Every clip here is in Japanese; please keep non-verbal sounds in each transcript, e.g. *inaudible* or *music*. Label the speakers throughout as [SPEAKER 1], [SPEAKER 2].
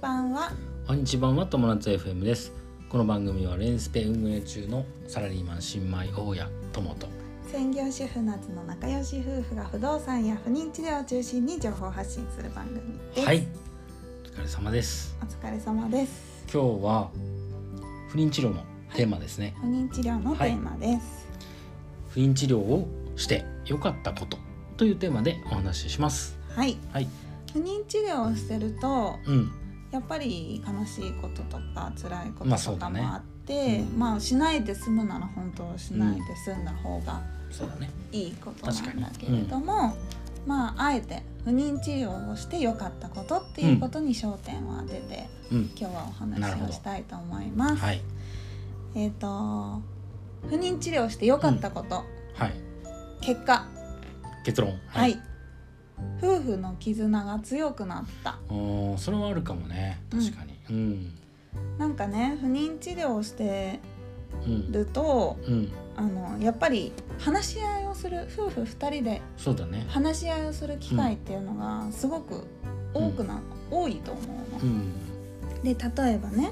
[SPEAKER 1] 版は
[SPEAKER 2] こんにちはは友達 FM ですこの番組はレンスペ運営中のサラリーマン新米大家友と
[SPEAKER 1] 専業主婦夏の仲良し夫婦が不動産や不妊治療を中心に情報発信する番組です、
[SPEAKER 2] はいお疲れ様です
[SPEAKER 1] お疲れ様です
[SPEAKER 2] 今日は不妊治療のテーマですね、
[SPEAKER 1] 不妊治療のテーマです
[SPEAKER 2] 不妊治療をして良かったことというテーマでお話しします
[SPEAKER 1] はい、
[SPEAKER 2] はい
[SPEAKER 1] 不妊治療をしてると
[SPEAKER 2] うん
[SPEAKER 1] やっぱり悲しいこととか辛いこ
[SPEAKER 2] まあ
[SPEAKER 1] と
[SPEAKER 2] そ
[SPEAKER 1] と
[SPEAKER 2] う
[SPEAKER 1] か
[SPEAKER 2] だね
[SPEAKER 1] もあって、
[SPEAKER 2] うん
[SPEAKER 1] まあしないで済むなら本当しないで済んだ方が
[SPEAKER 2] そうだね
[SPEAKER 1] いいことなんだけれども、まああえて不妊治療をして良かったことっていうことに焦点を当てて、
[SPEAKER 2] うん
[SPEAKER 1] 今日はお
[SPEAKER 2] なる
[SPEAKER 1] 話
[SPEAKER 2] ほ
[SPEAKER 1] を
[SPEAKER 2] ど
[SPEAKER 1] したいと思います。
[SPEAKER 2] はい
[SPEAKER 1] えっ、と不妊治療して良かったこと、
[SPEAKER 2] はい
[SPEAKER 1] 結果
[SPEAKER 2] 結論
[SPEAKER 1] はい、夫婦の絆が強くなった。
[SPEAKER 2] おーそれはあるかもね確かにうん
[SPEAKER 1] なんかね不妊治療をして
[SPEAKER 2] うん
[SPEAKER 1] ると
[SPEAKER 2] うん
[SPEAKER 1] あのやっぱり話し合いをする夫婦2人で
[SPEAKER 2] そうだね
[SPEAKER 1] 話し合いをする機会っていうのがすごく多くな、多いと思うの
[SPEAKER 2] う。ん
[SPEAKER 1] で例えばね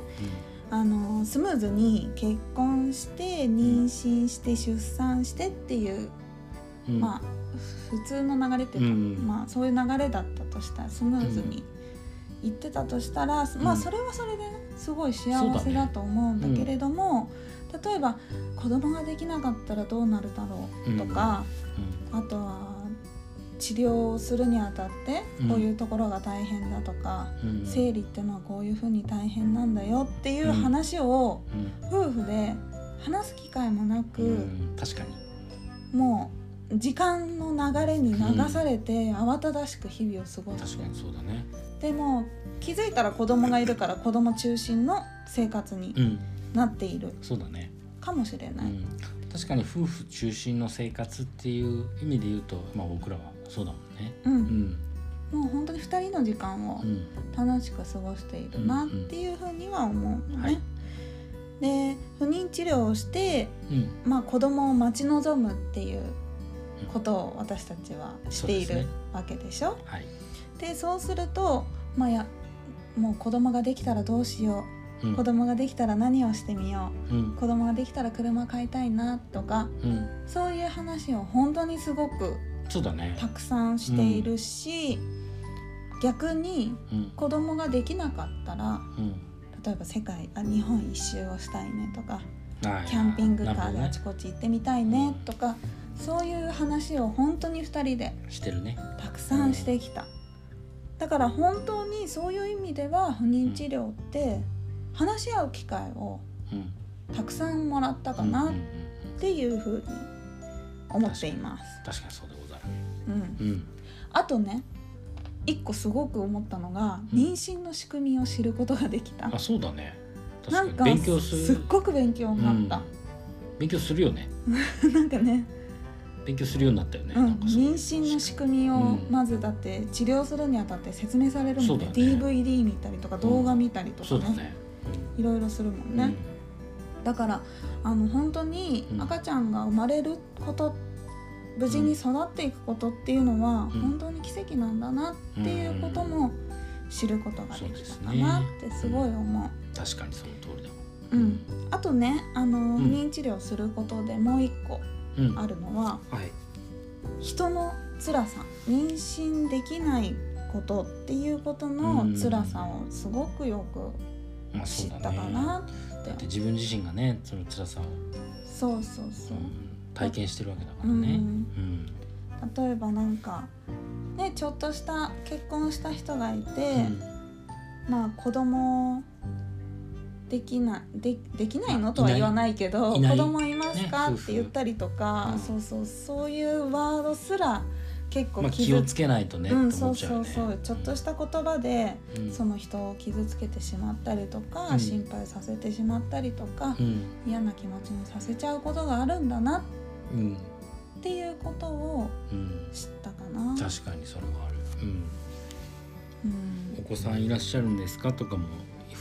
[SPEAKER 1] あのスムーズに結婚して妊娠して出産してっていう、
[SPEAKER 2] うん
[SPEAKER 1] まあふ普通の流れっていうか、
[SPEAKER 2] うん
[SPEAKER 1] まあ、そういう流れだったとしたらスムーズにいってたとしたら、ま
[SPEAKER 2] う
[SPEAKER 1] あ
[SPEAKER 2] ん
[SPEAKER 1] それはそれでねすごい
[SPEAKER 2] そう
[SPEAKER 1] 幸
[SPEAKER 2] だ
[SPEAKER 1] せ
[SPEAKER 2] ね
[SPEAKER 1] だと思うんだけれども、例えば子供ができなかったらどうなるだろうとか、
[SPEAKER 2] うん
[SPEAKER 1] あとは治療をするにあたって
[SPEAKER 2] うん
[SPEAKER 1] こういうところが大変だとか。
[SPEAKER 2] うん
[SPEAKER 1] 生理ってのはこういうふうに大変なんだよっていう話を
[SPEAKER 2] うん
[SPEAKER 1] 夫婦で話す機会もなく、
[SPEAKER 2] うん、確かに
[SPEAKER 1] もう時間の流れに流されて慌ただしく日々を過ごす
[SPEAKER 2] 確かにそうだね
[SPEAKER 1] でも気づいたら子供がいるから子供中心の生活に
[SPEAKER 2] うん
[SPEAKER 1] なっている
[SPEAKER 2] そうだね、
[SPEAKER 1] かもしれ
[SPEAKER 2] う
[SPEAKER 1] ない、
[SPEAKER 2] ん、確かに夫婦中心の生活っていう意味で言うとまあ僕らはそうだもんね
[SPEAKER 1] う
[SPEAKER 2] うんん
[SPEAKER 1] もう本当に2人の時間を
[SPEAKER 2] うん
[SPEAKER 1] 楽しく過ごしているなっていうふうには思うの
[SPEAKER 2] はい
[SPEAKER 1] ね。で不妊治療をして
[SPEAKER 2] うん
[SPEAKER 1] まあ、子供を待ち望むっていうことを私たちはしてい
[SPEAKER 2] そう
[SPEAKER 1] る
[SPEAKER 2] ですね
[SPEAKER 1] わけでしょ。
[SPEAKER 2] はい
[SPEAKER 1] でそうすると、まあ、やもう子供ができたらどうしよ
[SPEAKER 2] う
[SPEAKER 1] うん子供ができたら何をしてみよ
[SPEAKER 2] うん
[SPEAKER 1] う子供ができたら車買いたいなとか
[SPEAKER 2] うん
[SPEAKER 1] そういう話を本当にすごく
[SPEAKER 2] そうだね
[SPEAKER 1] たくさんしているし、逆に
[SPEAKER 2] うん
[SPEAKER 1] 子供ができなかったら
[SPEAKER 2] うん
[SPEAKER 1] 例えば世界あ日本一周をしたいねとか
[SPEAKER 2] はい
[SPEAKER 1] キャンピングカ
[SPEAKER 2] な
[SPEAKER 1] ー
[SPEAKER 2] るほ
[SPEAKER 1] で
[SPEAKER 2] ど
[SPEAKER 1] あ
[SPEAKER 2] ね
[SPEAKER 1] ちこち行ってみたいねとか、そういう話を本当に2人で
[SPEAKER 2] してるね
[SPEAKER 1] たくさんしてきた、だから本当にそういう意味では不妊治療って話し合う機会を
[SPEAKER 2] うん
[SPEAKER 1] たくさんもらったかな
[SPEAKER 2] うんう
[SPEAKER 1] っ
[SPEAKER 2] んうん
[SPEAKER 1] ていうふうに思っています、
[SPEAKER 2] 確かにそうでござる
[SPEAKER 1] うん、
[SPEAKER 2] うん
[SPEAKER 1] あとね一個すごく思ったのが
[SPEAKER 2] うん
[SPEAKER 1] 妊娠の仕組みを知ることができた、
[SPEAKER 2] あそうだね
[SPEAKER 1] な
[SPEAKER 2] 確
[SPEAKER 1] ん
[SPEAKER 2] か
[SPEAKER 1] か
[SPEAKER 2] に勉強する
[SPEAKER 1] すっごく勉強になった、
[SPEAKER 2] うん勉強するよね
[SPEAKER 1] なんかね
[SPEAKER 2] 勉強するようになったよね、
[SPEAKER 1] うん
[SPEAKER 2] なん、かそう
[SPEAKER 1] 妊娠の仕組みを
[SPEAKER 2] うん
[SPEAKER 1] まずだって治療するにあたって説明されるもんね
[SPEAKER 2] そうだね
[SPEAKER 1] DVD 見たりとか動画見たりとか
[SPEAKER 2] そう
[SPEAKER 1] ね,、
[SPEAKER 2] だね
[SPEAKER 1] いろいろするも
[SPEAKER 2] うんん
[SPEAKER 1] ね、だからあの本当に
[SPEAKER 2] うん
[SPEAKER 1] 赤ちゃんが生まれること無事に育っていくことっていうのは
[SPEAKER 2] うん
[SPEAKER 1] 本当に奇跡なんだなっていうことも知ることができたかなってすごい思う。
[SPEAKER 2] うん確かにその通りだ
[SPEAKER 1] う
[SPEAKER 2] うんん
[SPEAKER 1] あとねあ
[SPEAKER 2] ん
[SPEAKER 1] の不妊治療することでもう一個
[SPEAKER 2] うん
[SPEAKER 1] あるのは
[SPEAKER 2] はい
[SPEAKER 1] 人の辛さ妊娠できないことっていうことの辛さをすごくよく
[SPEAKER 2] まあ
[SPEAKER 1] 知
[SPEAKER 2] そう
[SPEAKER 1] った
[SPEAKER 2] だね
[SPEAKER 1] かなって
[SPEAKER 2] だって自分自身がねその辛さを、
[SPEAKER 1] そうそうそううん
[SPEAKER 2] 体験してるわけだからね
[SPEAKER 1] うん
[SPEAKER 2] うん
[SPEAKER 1] 例えばなんかねちょっとした結婚した人がいて、まあ子供できないでできない
[SPEAKER 2] まあ
[SPEAKER 1] のとはい
[SPEAKER 2] ない
[SPEAKER 1] 言わないけど
[SPEAKER 2] いない
[SPEAKER 1] 子供いますか、
[SPEAKER 2] ね夫
[SPEAKER 1] っ
[SPEAKER 2] 婦
[SPEAKER 1] て言ったりとか、
[SPEAKER 2] うん
[SPEAKER 1] そうそうそういうワードすら結
[SPEAKER 2] ま
[SPEAKER 1] 構
[SPEAKER 2] あ、気を
[SPEAKER 1] 傷
[SPEAKER 2] つけないとね、
[SPEAKER 1] うん、
[SPEAKER 2] って
[SPEAKER 1] そ
[SPEAKER 2] 思っ
[SPEAKER 1] う
[SPEAKER 2] ちゃう
[SPEAKER 1] そ
[SPEAKER 2] よ
[SPEAKER 1] う
[SPEAKER 2] ね
[SPEAKER 1] そうちょっとした言葉で、
[SPEAKER 2] うん
[SPEAKER 1] その人を傷つけてしまったりとか、
[SPEAKER 2] うん
[SPEAKER 1] 心配させてしまったりとか、
[SPEAKER 2] うん
[SPEAKER 1] 嫌な気持ちにさせちゃうことがあるんだな
[SPEAKER 2] うん
[SPEAKER 1] っていうことを
[SPEAKER 2] うん
[SPEAKER 1] 知ったかな。
[SPEAKER 2] 確かにそれはある、うん、
[SPEAKER 1] うん
[SPEAKER 2] お子さんいらっしゃるんですかとかも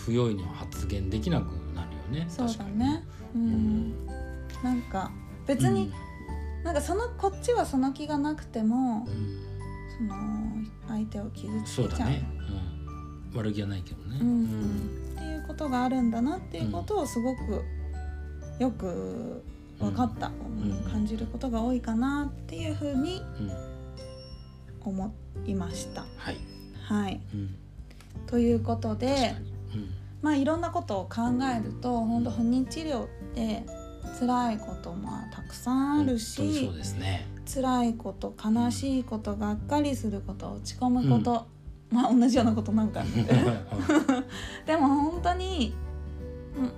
[SPEAKER 2] 不用意には発言できなくなるよね
[SPEAKER 1] そうだ
[SPEAKER 2] 確かに
[SPEAKER 1] ね。うん。なんか別に、なんかそのこっちはその気がなくても
[SPEAKER 2] うん、うん
[SPEAKER 1] その相手を傷つ
[SPEAKER 2] そう
[SPEAKER 1] けち
[SPEAKER 2] だ
[SPEAKER 1] ゃう
[SPEAKER 2] ね、悪気はないけどね、
[SPEAKER 1] うんっていうことがあるんだなっていうことをすごくよく分かった、
[SPEAKER 2] ん
[SPEAKER 1] 感じることが多いかなっていうふうに
[SPEAKER 2] うん
[SPEAKER 1] 思いました。
[SPEAKER 2] はい、
[SPEAKER 1] はい、
[SPEAKER 2] うん、
[SPEAKER 1] ということ
[SPEAKER 2] 確
[SPEAKER 1] で
[SPEAKER 2] か、に、
[SPEAKER 1] まあ、いろんなことを考えると本当不妊治療って辛いこともたくさ
[SPEAKER 2] うん
[SPEAKER 1] んある
[SPEAKER 2] 本当に
[SPEAKER 1] し
[SPEAKER 2] そうです
[SPEAKER 1] *laughs*
[SPEAKER 2] ね
[SPEAKER 1] 辛いこと悲しいことがっかりすること落ち込むこと、まあ同じようなことなんかでも本当に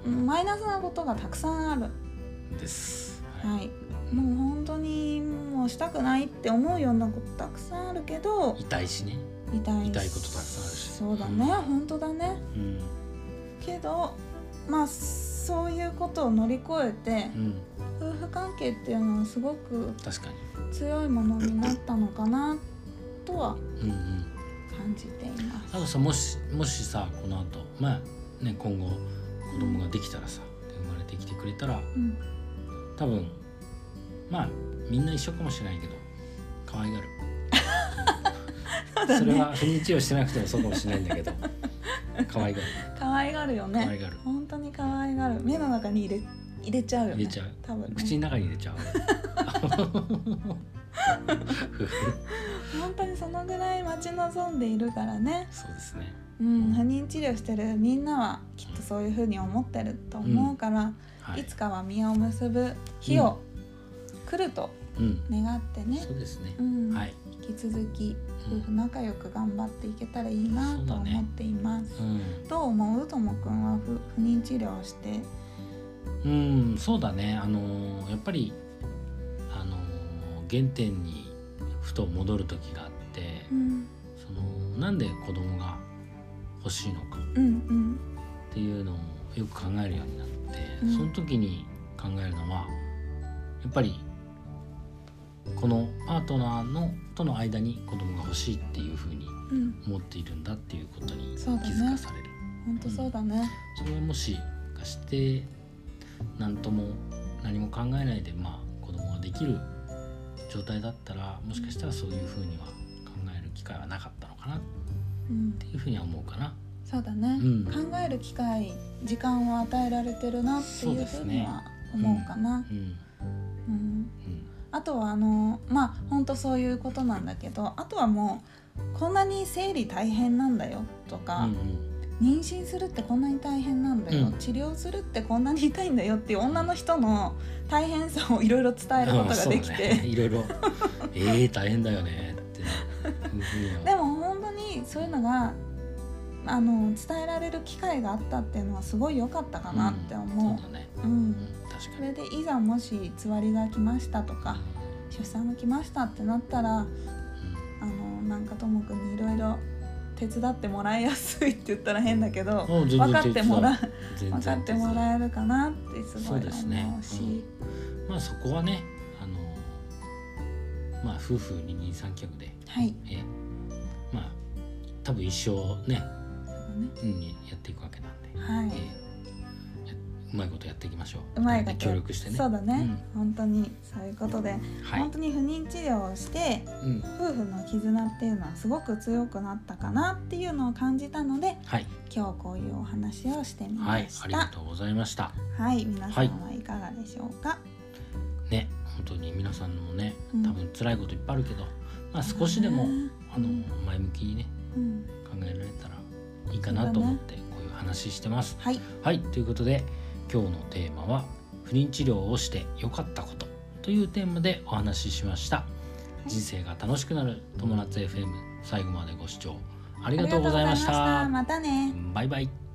[SPEAKER 1] うんマイナスなことがたくさんある、
[SPEAKER 2] うんです、は
[SPEAKER 1] はい、もう本当にもうしたくないって思うようなことたくさんあるけど
[SPEAKER 2] い、痛いしね、
[SPEAKER 1] 痛い
[SPEAKER 2] 痛いことたくさんあるし
[SPEAKER 1] そうだね、
[SPEAKER 2] うん
[SPEAKER 1] 本当だね
[SPEAKER 2] うん
[SPEAKER 1] けどまあそういうことを乗り越えて
[SPEAKER 2] うん、
[SPEAKER 1] 夫婦関係っていうのはすごく
[SPEAKER 2] 確かに、
[SPEAKER 1] 強いものになったのかなとは
[SPEAKER 2] うんうん、
[SPEAKER 1] 感じていま
[SPEAKER 2] あとさもしもしさこの後まあね今後子供ができたらさで生まれてきてくれたら
[SPEAKER 1] す。うん
[SPEAKER 2] 多分まあみんな一緒かもしれないけど可愛がる
[SPEAKER 1] *laughs* そうだ
[SPEAKER 2] それ
[SPEAKER 1] ね。
[SPEAKER 2] は不妊治療してなくてもそうかもしれないんだけど可
[SPEAKER 1] *laughs*
[SPEAKER 2] 愛がる
[SPEAKER 1] 可愛がるよ
[SPEAKER 2] 可愛
[SPEAKER 1] ね。
[SPEAKER 2] がる
[SPEAKER 1] 本当に可愛がる。目の中に入れ入れちゃうよね。
[SPEAKER 2] 入れちゃう
[SPEAKER 1] 多分、ね。
[SPEAKER 2] 口の中に入れ
[SPEAKER 1] *laughs*
[SPEAKER 2] ちゃう
[SPEAKER 1] 本当にそのぐらい待ち望んでいるからね。
[SPEAKER 2] そうですね
[SPEAKER 1] うん、不妊治療してるみんなはきっとそういう風に思ってると思うから、、
[SPEAKER 2] はいい
[SPEAKER 1] つかは実を結ぶ日を来ると
[SPEAKER 2] うん
[SPEAKER 1] 願ってね
[SPEAKER 2] そ。うですね
[SPEAKER 1] うん、
[SPEAKER 2] はい
[SPEAKER 1] 引き続き
[SPEAKER 2] う
[SPEAKER 1] 夫婦
[SPEAKER 2] ん
[SPEAKER 1] 仲良く頑張っていけたらいいな
[SPEAKER 2] そう
[SPEAKER 1] と
[SPEAKER 2] だね
[SPEAKER 1] 思っています。
[SPEAKER 2] うん
[SPEAKER 1] どう思うともくんは不不妊治療をして、
[SPEAKER 2] うんそうだねあのーやっぱりあのー原点にふと戻る時があって、
[SPEAKER 1] うん、
[SPEAKER 2] そのなんで子供が欲しいのか
[SPEAKER 1] うんうん
[SPEAKER 2] っていうのをよく考えるようになって、
[SPEAKER 1] うん
[SPEAKER 2] その時に考えるのはやっぱりこのパートナーのとの間に子供が欲しいっていうふうに
[SPEAKER 1] うん
[SPEAKER 2] 思っているんだっていうことに気
[SPEAKER 1] そうだね
[SPEAKER 2] づかされる
[SPEAKER 1] 本当そうだね。
[SPEAKER 2] そ,、れをもしかして何とも何も考えないでまあ子供ができる状態だったらもしかしたらそういうふうには考える機会はなかったのかなっ
[SPEAKER 1] うん、
[SPEAKER 2] ていうふうには思うかな。
[SPEAKER 1] そうだね、
[SPEAKER 2] うん
[SPEAKER 1] 考える機会、時間を与えられてるなって
[SPEAKER 2] そう
[SPEAKER 1] いう
[SPEAKER 2] です
[SPEAKER 1] ふ
[SPEAKER 2] ね
[SPEAKER 1] うには思うかな。
[SPEAKER 2] うん
[SPEAKER 1] うん、
[SPEAKER 2] うん
[SPEAKER 1] あとはあのまあ本当そういうことなんだけど、あとはもうこんなに生理大変なんだよとか、
[SPEAKER 2] うん
[SPEAKER 1] 妊娠するってこんなに大変なんだよ、
[SPEAKER 2] うん
[SPEAKER 1] 治療するってこんなに痛いんだよっていう女の人の大変さをいろいろ伝えることができ
[SPEAKER 2] うんそう
[SPEAKER 1] て、
[SPEAKER 2] だね、いろい *laughs* ろ「ええ大変だよね」っていうふう
[SPEAKER 1] *laughs*
[SPEAKER 2] に
[SPEAKER 1] で
[SPEAKER 2] は
[SPEAKER 1] も本当にそういうのがあの伝えられる機会があったっていうのはすごい良かったかなって
[SPEAKER 2] うん
[SPEAKER 1] 思
[SPEAKER 2] そうだね、
[SPEAKER 1] う、うん
[SPEAKER 2] うん、確か
[SPEAKER 1] そ
[SPEAKER 2] に
[SPEAKER 1] れでいざもしつわりが来ましたとか出産が来ましたってなったらあのなんかともくんにいろいろ手伝ってもらいやすいって言ったら変だけど
[SPEAKER 2] うん、全然
[SPEAKER 1] 分かってもら
[SPEAKER 2] 全然
[SPEAKER 1] 分かってもらえるかなってす
[SPEAKER 2] そ
[SPEAKER 1] ご
[SPEAKER 2] う
[SPEAKER 1] い
[SPEAKER 2] ですね
[SPEAKER 1] 思うし
[SPEAKER 2] まあそこはねあのまあ夫婦二人三脚で
[SPEAKER 1] はい
[SPEAKER 2] えまあ多分一生ね、
[SPEAKER 1] そうだね
[SPEAKER 2] うん、やっていくわけなん
[SPEAKER 1] は
[SPEAKER 2] で、え
[SPEAKER 1] い
[SPEAKER 2] やうまいことやっていきましょう
[SPEAKER 1] うまいこと
[SPEAKER 2] 協力してね
[SPEAKER 1] そうだね、
[SPEAKER 2] うん
[SPEAKER 1] 本当にそういうことで、
[SPEAKER 2] はい、
[SPEAKER 1] 本当に不妊治療をして
[SPEAKER 2] うん、
[SPEAKER 1] 夫婦の絆っていうのはすごく強くなったかなっていうのを感じたので
[SPEAKER 2] はい
[SPEAKER 1] 今日こういうお話をしてみ
[SPEAKER 2] は
[SPEAKER 1] ま
[SPEAKER 2] い、
[SPEAKER 1] し
[SPEAKER 2] ありが
[SPEAKER 1] た
[SPEAKER 2] とうございました。
[SPEAKER 1] はい、皆さんはいかがでしょうか、
[SPEAKER 2] ね、本当に皆さんもね
[SPEAKER 1] うん、
[SPEAKER 2] 多分辛いこといっぱいあるけど、まあ少しでも、あの前向きにね
[SPEAKER 1] うん、
[SPEAKER 2] 考えられたらいいかなと思ってこういう話してます。
[SPEAKER 1] はい
[SPEAKER 2] はい、ということで今日のテーマは不妊治療をして良かったことというテーマでお話ししました。
[SPEAKER 1] い
[SPEAKER 2] 人生が楽しくなる友達 FM 最後までご視聴ありがとうございまし。
[SPEAKER 1] ありがとうございましたまたね
[SPEAKER 2] バイ
[SPEAKER 1] バ
[SPEAKER 2] バイ。
[SPEAKER 1] イバイ。